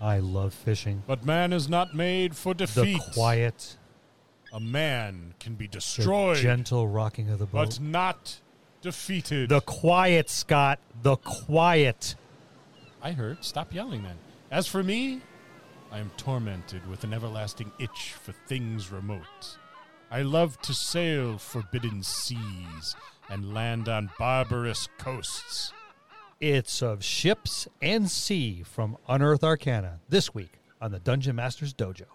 I love fishing. But man is not made for The defeat. quiet, A man can be the destroyed, gentle rocking of the boat. but not defeated. the quiet, Scott. The quiet. I heard. Stop yelling then. As for me, I am tormented with an everlasting itch for things remote. I love to sail forbidden seas and land on barbarous coasts. It's of ships and sea from Unearth Arcana this week on the Dungeon Masters Dojo.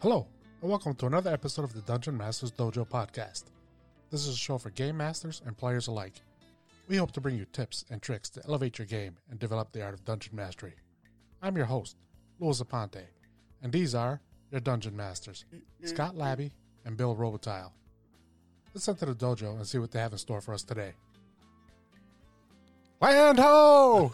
Hello, and welcome to another episode of the Dungeon Masters Dojo podcast. This is a show for game masters and players alike. We hope to bring you tips and tricks to elevate your game and develop the art of dungeon mastery. I'm your host, Louis Aponte, and these are your dungeon masters, Scott Labby and Bill Robotile. Let's enter the dojo and see what they have in store for us today. Land ho!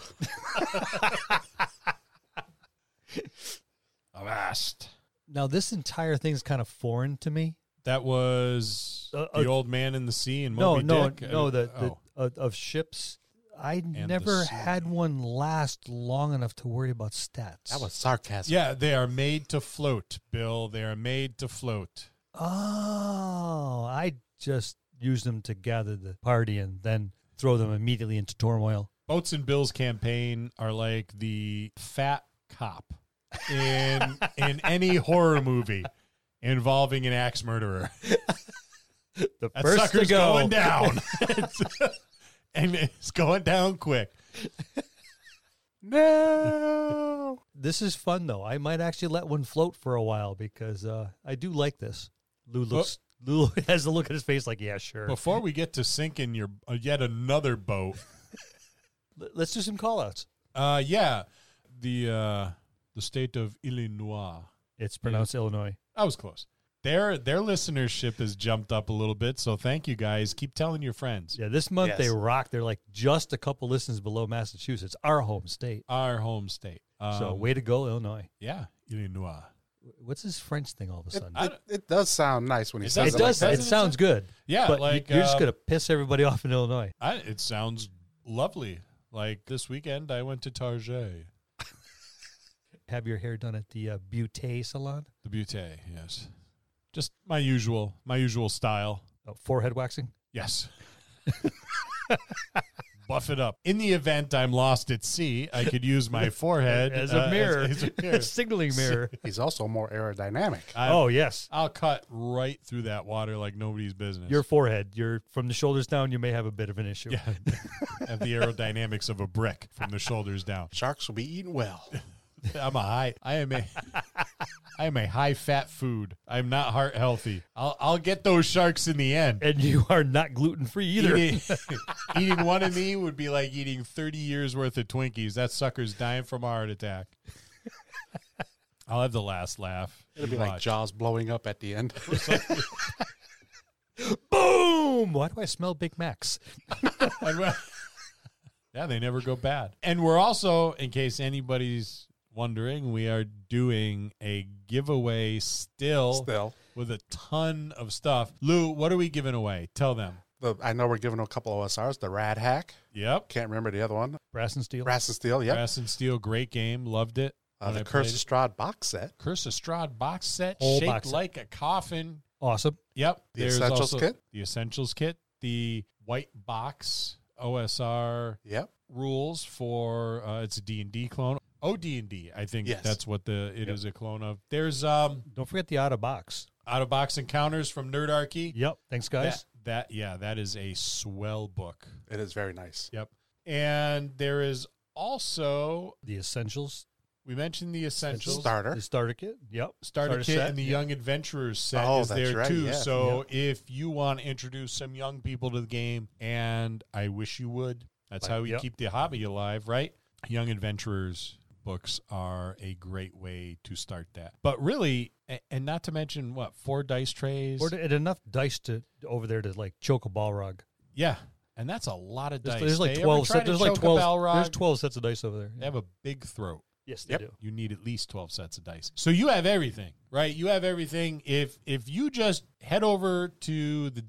Avast. Now, this entire thing's kind of foreign to me. That was Uh, the uh, old man in the sea and No, Moby no, Dick. no. Uh, The, oh. the uh, of ships. I the never sea. had one last long enough to worry about stats. That was sarcasm. yeah, they are made to float, Bill. They are made to float. oh, I just used them to gather the party and then throw them immediately into turmoil. Boats and Bills campaign are like the fat cop in in any horror movie involving an axe murderer. The That first to sucker's go. going down. and it's going down quick. No! This is fun though. I might actually let one float for a while because uh, I do like this. Lou looks. Lou has a look at his face like, yeah, sure. Before we get to sinking your uh, yet another boat, L- Let's do some call outs. uh, yeah, the uh, the state of Illinois. It's pronounced Illinois. I was close. Their their listenership has jumped up a little bit, so thank you guys. Keep telling your friends. Yeah, this month they Yes. rock. They're like just a couple listens below Massachusetts, our home state. Our home state. so Um, way to go, Illinois. Yeah, Illinois. What's this French thing all of a It, sudden? I- It, don't- it- it does sound nice when he It says does- it. like does. that. like- it sounds good. Yeah, but like you- you're just um, gonna piss everybody off in Illinois. I, it sounds lovely. Like this weekend, I went to Target, Have your hair done at the uh, Beauté salon. the Butte. Yes, just my usual, my usual style. Oh, forehead waxing. Yes. Buff it up. In the event I'm lost at sea, I could use my forehead As a uh, mirror. as a mirror. signaling mirror. He's also more aerodynamic. I, oh yes, I'll cut right through that water like nobody's business. your forehead. You're from the shoulders down. You may have a bit of an issue. yeah. Have the aerodynamics of a brick from the shoulders down. Sharks will be eating well. I'm a high. I am a. I am a high fat food. I'm not heart healthy. I'll I'll get those sharks in the end. And you are not gluten free either. Eating, eating one of me would be like eating 30 years worth of Twinkies. That sucker's dying from a heart attack. I'll have the last laugh. It'll You be like watch. Jaws blowing up at the end. Boom! Why do I smell Big Macs? And we're- yeah, they never go bad. And we're also, in case anybody's wondering, we are doing a giveaway still, Still, with a ton of stuff. Lou, what are we giving away? Tell them. the, I know we're giving a couple OSRs. The Rad Hack. Yep. Can't remember the other one. Brass and steel. Brass and Steel. Yep. Brass and Steel, great game. Loved it. Uh, When I the played Curse it. of Strahd box set. Curse of Strahd box set, Whole shaped box set. like a coffin. Awesome. Yep. The Essentials kit? The Essentials kit. The white box OSR Yep. rules for uh, it's a D&D clone. Oh, OD&D, I think Yes. that's what the it is Yep. a clone of. There's um Don't forget the out of box. out of box encounters from Nerdarchy. Yep. Thanks, That, guys. that yeah, that is a swell book. It is very nice. Yep. And there is also The essentials. we mentioned the essentials. Starter. The starter kit. Yep. Starter, Starter Kit set, and the yeah. Young Adventurers set Oh, is that's there right, too. yeah. So if you want to introduce some young people to the game, and I wish you would, that's Like, how we yep. keep the hobby alive, right? Young Adventurers books are a great way to start that. But really, a- and not to mention what four dice trays. Or and enough dice to over there to like choke a Balrog. yeah, and that's a lot of There's, dice. there's like They ever twelve. try Set, to there's like choke a twelve. Balrog? There's twelve sets of dice over there. They have a big throat. Yes, they Yep. do. you need at least 12 sets of dice. So you have everything, right? You have everything. If if you just head over to the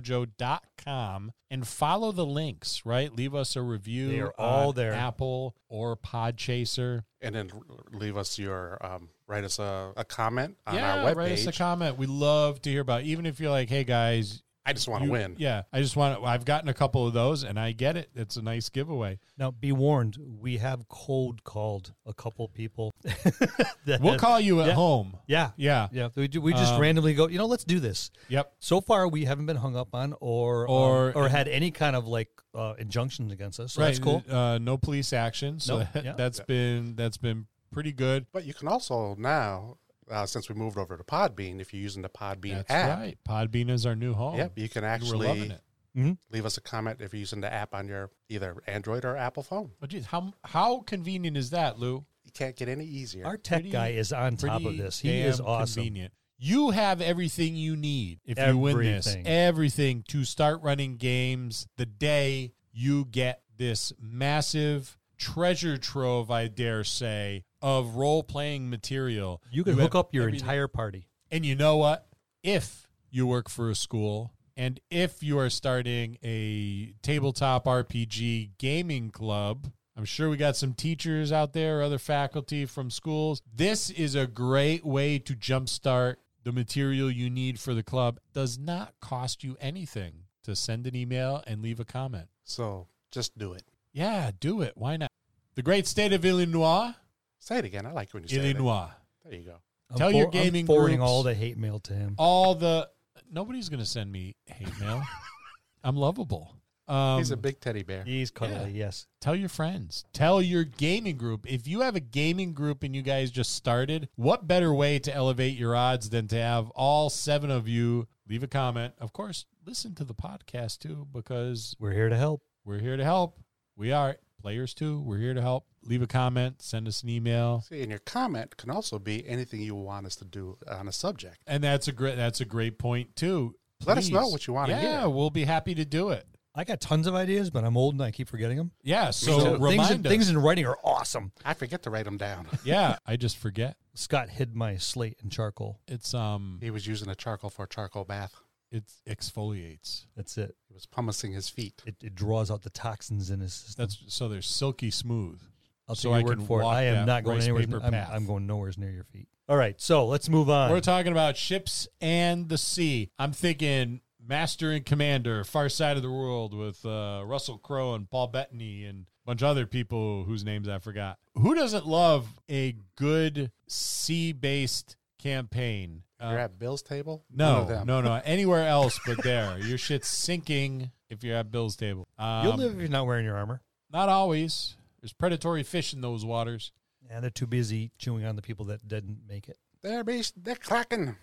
dungeonmastersdojo.com and follow the links, right? Leave us a review. They are all on there. Apple or Podchaser. And then r- leave us your, um, write us a, a comment on yeah, our write us a webpage. comment. We love to hear about it. even if you're like, "Hey guys, I just want to you- win. Yeah, I just want to, I've gotten a couple of those and I get it. It's a nice giveaway. Now, be warned, we have cold called a couple people. that We'll have- call you at Yeah. home. Yeah, Yeah. yeah. We, do, we just Um, randomly go. You know, let's do this. Yep. So far, we haven't been hung up on or um, Or- or had any kind of like uh, injunctions against us. So that's cool. Uh, no police action. So Nope. that, Yeah. has been that's been pretty good. But you can also now, uh, since we moved over to Podbean, if you're using the Podbean That's app, right. Podbean is our new home. yep, you can you were loving actually it. leave us a comment if you're using the app on your either Android or Apple phone. But Oh, geez, how how convenient is that, Lou? You can't get any easier. Our tech Pretty- guy is on top of Pretty this. He is damn awesome. Convenient. You have everything you need if you win this. Everything. Everything to start running games the day you get this massive treasure trove, I dare say, of role playing material. You can have hook up your everything. entire party. And you know what? If you work for a school and if you are starting a tabletop RPG gaming club, I'm sure we got some teachers out there or other faculty from schools. This is a great way to jumpstart the material you need for the club. Does not cost you anything to send an email and leave a comment. so just do it. Yeah, do it. Why not? The great state of Illinois. Say it again. I like when you say it. Illinois. There you go. I'm Tell your for- I'm gaming forwarding groups- all the hate mail to him. all the nobody's gonna send me hate mail. I'm lovable. Um, He's a big teddy bear. He's cuddly. Yes. tell your friends, tell your gaming group. If you have a gaming group and you guys just started, what better way to elevate your odds than to have all seven of you leave a comment? Of course, listen to the podcast too because We're here to help. we're here to help. We are players too. We're here to help. Leave a comment, send us an email. See, and your comment can also be anything you want us to do on a subject. And that's a great that's a great point too. Let us know Please. what you wanna Yeah, hear. we'll be happy to do it. I got tons of ideas, but I'm old and I keep forgetting them. Yeah, so too. remind things, in, us. things in writing are awesome. I forget to write them down. yeah, I just forget. Scott hid my slate in charcoal. It's um, he was using a charcoal for a charcoal bath. it exfoliates. That's it. He was pumicing his feet. It, it draws out the toxins in his system. That's so they're silky smooth. I'll so take your I word can for it. walk I that am not going rice anywhere. paper I'm, path. I'm going nowhere's near your feet. All right, so let's move on. We're talking about ships and the sea. I'm thinking Master and Commander, Far Side of the World with uh, Russell Crowe and Paul Bettany and a bunch of other people whose names I forgot. Who doesn't love a good sea-based campaign? Uh, You're at Bill's table? None of no, them. no, no. Anywhere else but there. Your shit's sinking if you're at Bill's table. Um, You'll live if you're not wearing your armor. Not always. There's predatory fish in those waters. And they're too busy chewing on the people that didn't make it. They're, beast, they're cracking.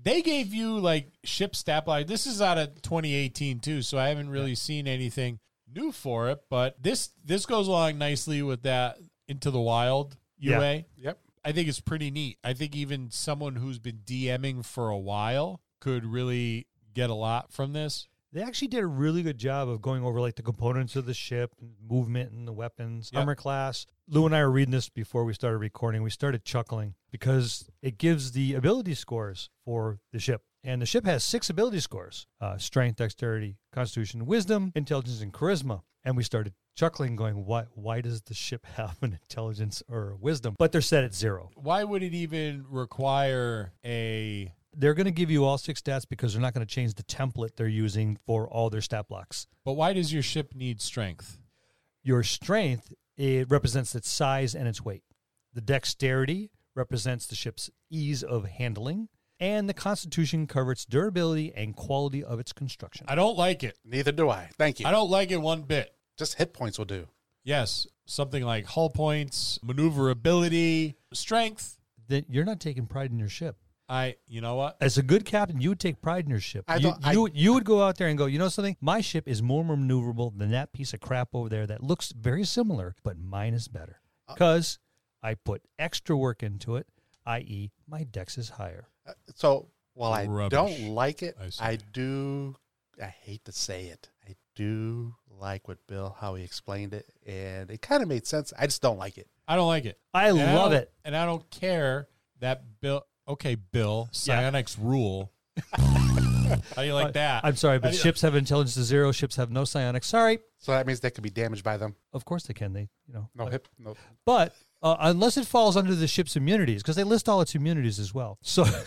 They gave you like ship stat line. This is out of 2018 too, so I haven't really seen anything new for it. But this this goes along nicely with that into the wild Yeah. UA. Yep. I think it's pretty neat. I think even someone who's been DMing for a while could really get a lot from this. They actually did a really good job of going over like the components of the ship, and movement, and the weapons, Yeah. armor class. Lou and I were reading this before we started recording. We started chuckling because it gives the ability scores for the ship. And the ship has six ability scores uh, strength, dexterity, constitution, wisdom, intelligence, and charisma. And we started chuckling, going, why, why does the ship have an intelligence or a wisdom? But they're set at zero. Why would it even require a They're going to give you all six stats because they're not going to change the template they're using for all their stat blocks. but why does your ship need strength? Your strength it represents its size and its weight. The dexterity represents the ship's ease of handling, and the constitution covers durability and quality of its construction. I don't like it. Neither do I. Thank you. I don't like it one bit. Just hit points will do. Yes, something like hull points, maneuverability, strength. Then you're not taking pride in your ship. I, you know what? As a good captain, you would take pride in your ship. I you, thought- I- you, you would go out there and go, you know something? My ship is more maneuverable than that piece of crap over there that looks very similar, but mine is better. Uh, Because I put extra work into it, i.e., my dex is higher. Uh, So while I Rubbish, don't like it, I say. I, do. I hate to say it. I do like with Bill how he explained it, and it kind of made sense. I just don't like it. I don't like it. I And love don't- it. And I don't care that Bill. Okay, Bill. Psionics rule. How do you like that? I'm sorry, but I- ships have intelligence to zero. Ships have no psionics. Sorry. So that means they could be damaged by them. Of course they can. They, you know. No but- hip, no But uh, unless it falls under the ship's immunities, because they list all its immunities as well. So,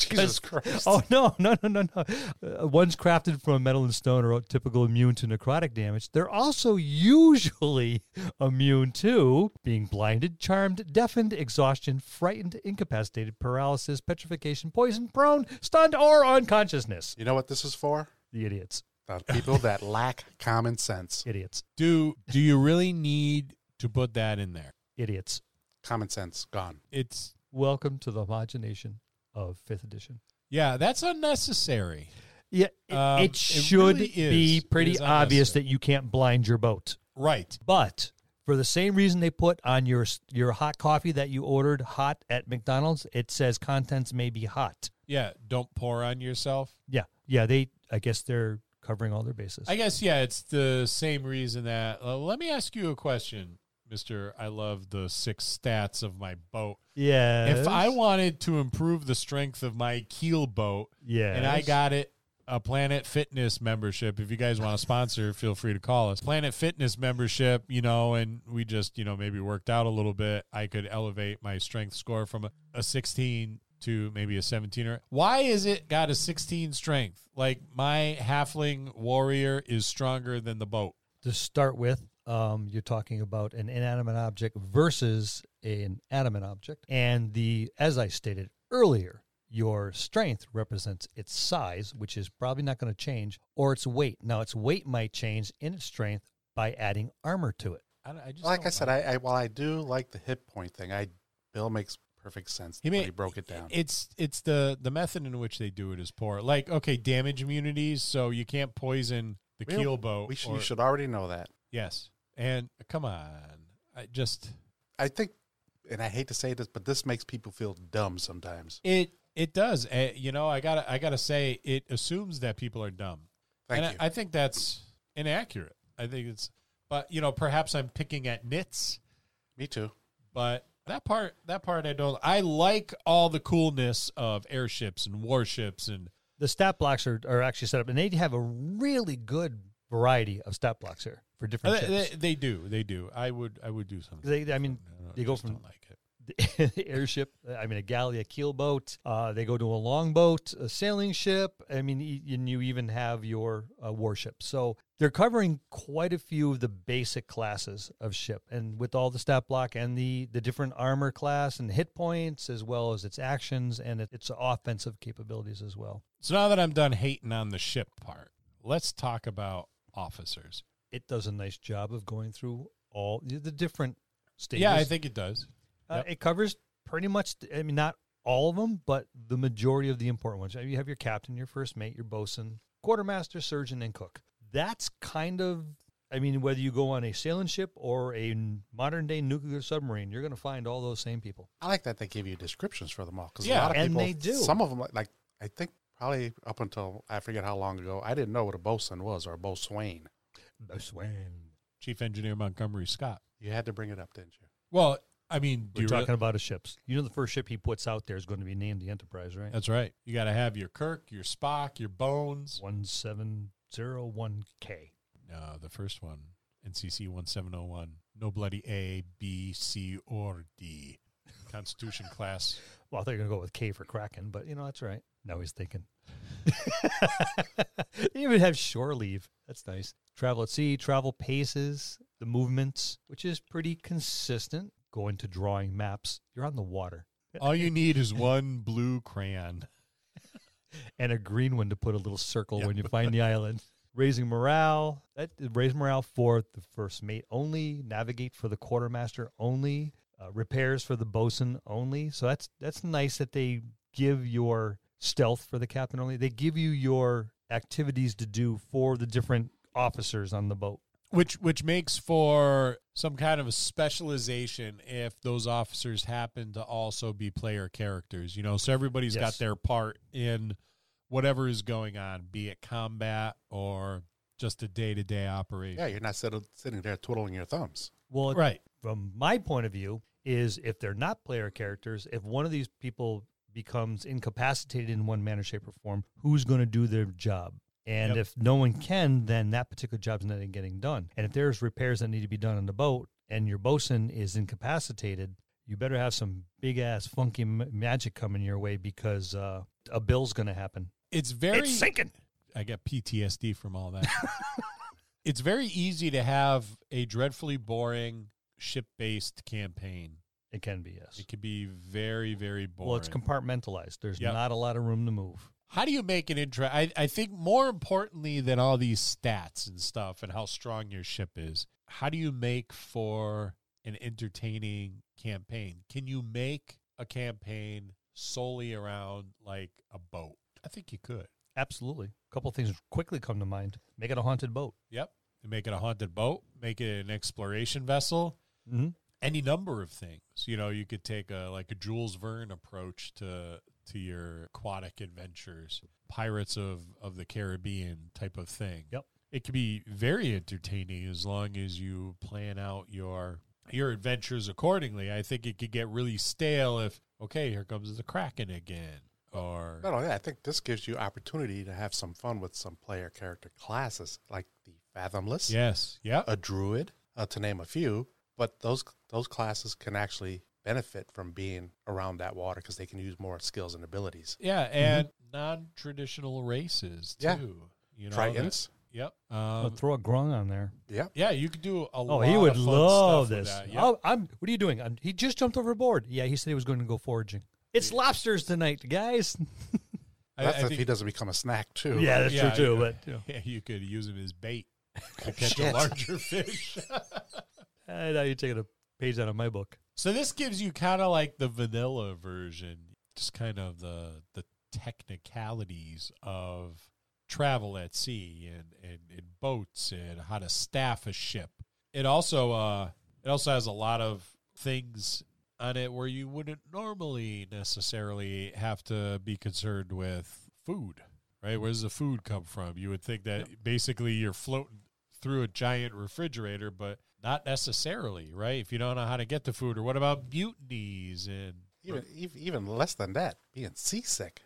Jesus Christ. oh no, no, no, no, no. Uh, one's crafted from metal and stone are typical immune to necrotic damage. They're also usually immune to being blinded, charmed, deafened, exhaustion, frightened, incapacitated, paralysis, petrification, poison, prone, stunned, or unconsciousness. You know what this is for? The idiots, The people that lack common sense. idiots, do do you really need to put that in there? idiots. Common sense gone. It's Welcome to the homogenation of fifth edition. yeah, that's unnecessary. Yeah, it, Um, it it should really is. be It pretty is obvious unnecessary. that you can't blind your boat. Right. But for the same reason they put on your your hot coffee that you ordered hot at McDonald's, it says contents may be hot. Yeah. Don't pour on yourself. Yeah, yeah. They, I guess they're covering all their bases. I guess yeah, it's the same reason that. Uh, let me ask you a question, Mister. I love the six stats of my boat. yeah. If I wanted to improve the strength of my keel boat, yeah, and I got it a Planet Fitness membership. If you guys want to sponsor, feel free to call us. Planet Fitness membership, you know, and we just, you know, maybe worked out a little bit. I could elevate my strength score from a, a 16 to maybe a 17 or why is it got a 16 strength? Like my halfling warrior is stronger than the boat. to start with. Um, you're talking about an inanimate object versus an adamant object, and the as I stated earlier, your strength represents its size, which is probably not going to change, or its weight. Now, its weight might change in its strength by adding armor to it. I, don't- I just Like don't I said, like I, I while I do like the hip point thing, I Bill makes perfect sense. He when may- he broke it down. It's it's the the method in which they do it is poor. Like okay, damage immunities, so you can't poison the We- keel boat. we should, or- you should already know that. Yes. And uh, come on. I just I think, and I hate to say this, but this makes people feel dumb sometimes. it it does. Uh, you know, I got to I got to say it assumes that people are dumb. Thank and you. I, I think that's inaccurate. I think it's but you know, perhaps I'm picking at nits, Me too. but that part that part I don't I like all the coolness of airships and warships and the stat blocks are, are actually set up, and they have a really good variety of stat blocks here for different uh, they, ships. they- they do. They do. I would I would do something. They, I mean, I don't- they go just from- don't like it. the airship. I mean, a galley, a keelboat. Uh, they go to a longboat, a sailing ship. I mean, e- and you even have your uh, warship. So they're covering quite a few of the basic classes of ship, and with all the stat block and the the different armor class and hit points, as well as its actions and it, its offensive capabilities as well. So now that I'm done hating on the ship part, let's talk about officers. It does a nice job of going through all the the different stages. Yeah, I think it does. Uh, Yep. It covers pretty much, I mean, not all of them, but the majority of the important ones. You have your captain, your first mate, your bosun, quartermaster, surgeon, and cook. That's kind of, I mean, whether you go on a sailing ship or a modern day nuclear submarine, you're going to find all those same people. I like that they give you descriptions for them all because Yeah, a lot of and people, they do. Some of them, like, like I think probably up until I forget how long ago, I didn't know what a bosun was or a boatswain. Chief Engineer Montgomery Scott. You had to bring it up, didn't you? Well, I mean, do We're you talking really- about his ships. You know, the first ship he puts out there is going to be named the Enterprise, right? That's right. You got to have your Kirk, your Spock, your Bones. 1701K. No, the first one, NCC 1701. No bloody A, B, C, or D. Constitution class. Well, I thought you were going to go with K for Kraken, but you know, that's right. Now he's thinking. they even have shore leave. That's nice. Travel at sea, travel paces, the movements, which is pretty consistent. Going to drawing maps, you're on the water, All you need is one blue crayon. and a green one to put a little circle Yeah. when you find the island. Raising morale, that raise morale for the first mate only. Navigate for the quartermaster only. Uh, repairs for the bosun only. So that's that's nice that they give your stealth for the captain only. They give you your activities to do for the different officers on the boat. Which, which makes for some kind of a specialization if those officers happen to also be player characters, you know. So everybody's Yes. got their part in whatever is going on, be it combat or just a day to day operation. Yeah, you're not sit- sitting there twiddling your thumbs. Well, it- Right. from my point of view, is if they're not player characters, if one of these people becomes incapacitated in one manner, shape, or form, who's going to do their job? And Yep. if no one can, then that particular job's not getting done. And if there's repairs that need to be done on the boat and your bosun is incapacitated, you better have some big ass funky m- magic coming your way because uh, a bill's going to happen. It's very it's sinking. I got PTSD from all that. it's very easy to have a dreadfully boring ship based campaign. It can be, yes. It could be very, very boring. Well, it's compartmentalized. There's Yep. not a lot of room to move. how do you make an intro? I, I think more importantly than all these stats and stuff and how strong your ship is, how do you make for an entertaining campaign? Can you make a campaign solely around like a boat? I think you could. Absolutely. A couple things quickly come to mind. Make it a haunted boat. Yep. You make it a haunted boat, make it an exploration vessel, Mm-hmm. any number of things. You know, you could take a like a Jules Verne approach to to your aquatic adventures, Pirates of of the Caribbean type of thing. Yep. It could be very entertaining as long as you plan out your your adventures accordingly. I think it could get really stale if okay, here comes the Kraken again or Not only that, oh, I think this gives you opportunity to have some fun with some player character classes like the Fathomless, yes, yeah. a Druid, uh, to name a few. But those those classes can actually benefit from being around that water because they can use more skills and abilities. Yeah, and non-traditional races too. Yeah. You know, that- Tritons, Yep. Um, throw a grung on there. yeah, yeah, you could do a Oh, lot. he would of fun love stuff with this. that. Yep. Oh, I'm. What are you doing? I'm, he just jumped overboard. Yeah, he said he was going to go foraging. It's lobsters tonight, guys. I- that's I if think- he doesn't become a snack too. yeah, that's yeah, true too. yeah. But you know, yeah, you could use him as bait to catch a shit. larger fish. eh, now you're taking a page out of my book. so this gives you kind of like the vanilla version, just kind of the the technicalities of travel at sea and, and, and boats and how to staff a ship. It also uh it also has a lot of things on it where you wouldn't normally necessarily have to be concerned with food, right? Where does the food come from? You would think that basically you're floating through a giant refrigerator, but not necessarily, right? If you don't know how to get the food, or what about mutinies and Even, even even less than that, being seasick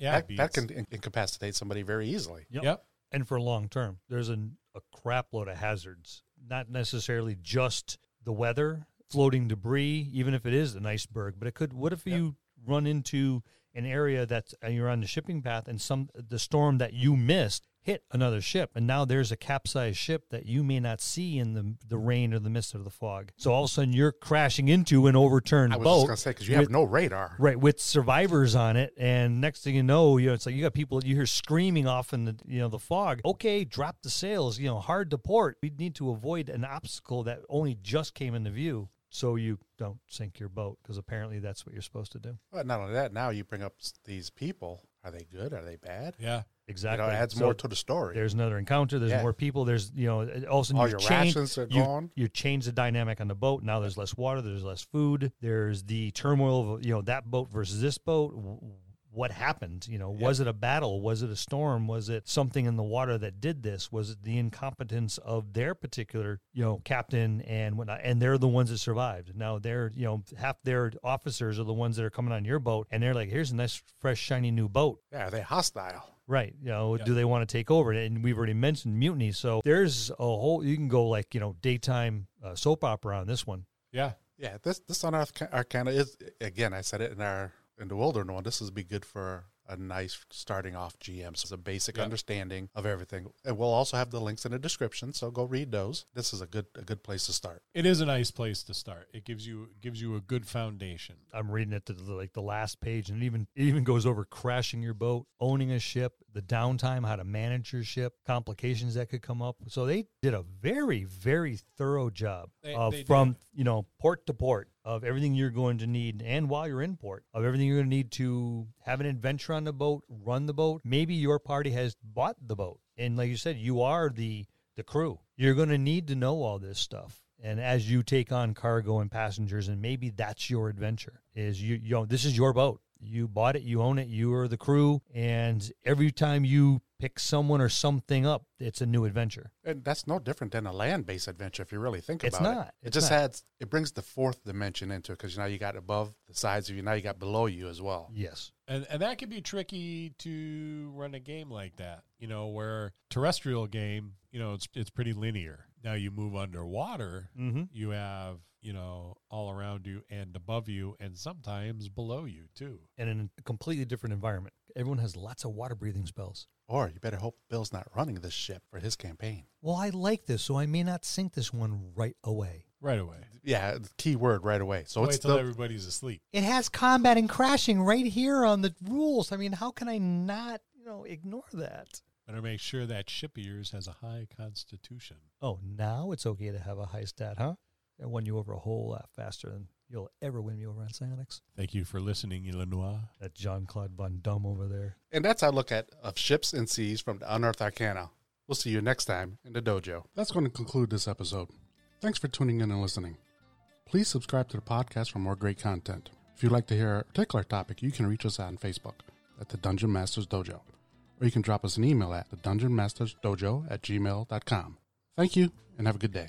yeah, that, that beats- can in- incapacitate somebody very easily. Yep. yep. And for long term, there's an, a crap load of hazards. Not necessarily just the weather, floating debris, even if it is an iceberg. But it could. What if you run into an area that's and you're on the shipping path, and some the storm that you missed hit another ship, and now there's a capsized ship that you may not see in the the rain or the mist or the fog. So all of a sudden you're crashing into an overturned I was boat. just gonna say because you have with- no radar. Right, with survivors on it, and next thing you know, you know, it's like you got people you hear screaming off in the you know the fog. Okay, drop the sails. You know, hard to port. We need to avoid an obstacle that only just came into view, so you don't sink your boat because apparently that's what you're supposed to do. But not only that, now you bring up s- these people. Are they good? Are they bad? Yeah. You Exactly, know, it adds So more to the story. There's another encounter. There's Yeah. more people. There's you know it- all of a sudden All you your change, rations are you, gone. You change the dynamic on the boat. Now there's less water. There's less food. There's the turmoil of you know that boat versus this boat. W- What happened? You know, was it a battle? Was it a storm? Was it something in the water that did this? Was it the incompetence of their particular you know captain and whatnot? And they're the ones that survived. Now they're you know half their officers are the ones that are coming on your boat, and they're like, here's a nice, fresh, shiny new boat. Yeah, are they hostile? Right. You know, Yeah. do they want to take over? And we've already mentioned mutiny. So there's a whole, you can go like, you know, daytime uh, soap opera on this one. Yeah. Yeah, this this unearthed Ca- arcana uh, is again. I said it in our in the wilderness one. This would be good for a nice starting off GM. So it's a basic Yeah. understanding of everything. And we'll also have the links in the description. So go read those. This is a good a good place to start. It is a nice place to start. It gives you gives you a good foundation. I'm reading it to the, like the last page and it even, it even goes over crashing your boat, owning a ship, the downtime, how to manage your ship, complications that could come up. So they did a very, very thorough job They- of they from, you know, port to port of everything you're going to need and while you're in port of everything you're going to need to have an adventure on the boat run the boat maybe your party has bought the boat and like you said you are the the crew you're going to need to know all this stuff and as you take on cargo and passengers and maybe that's your adventure is you you know this is your boat You bought it, you own it, you are the crew, and every time you pick someone or something up, it's a new adventure. And that's no different than a land-based adventure if you really think It's about not. it. It It's just not. adds it brings the fourth dimension into it because now you got above the sides of you, now you got below you as well. Yes. And, and that can be tricky to run a game like that, you know, where terrestrial game, you know, it's it's pretty linear. Now you move underwater, Mm-hmm. you have, you know, all around you and above you and sometimes below you too. And in a completely different environment. Everyone has lots of water breathing spells. Or you better hope Bill's not running this ship for his campaign. Well, I like this, so I may not sink this one right away. Right away. Yeah, the key word right away. So Wait it's till the, everybody's asleep. It has combat and crashing right here on the rules. I mean, how can I not, you know, ignore that? Better make sure that ship of yours has a high constitution. Oh, now it's okay to have a high stat, huh? I won you over a whole lot faster than you'll ever win me over on Psionics. Thank you for listening, Illinois. That Jean Claude Van Damme over there. and that's our look at of ships and seas from the Unearthed Arcana. We'll see you next time in the dojo. That's going to conclude this episode. Thanks for tuning in and listening. Please subscribe to the podcast for more great content. If you'd like to hear a particular topic, you can reach us on Facebook at the Dungeon Masters Dojo, or you can drop us an email at the Dungeon Masters Dojo at gmail.com. Thank you and have a good day.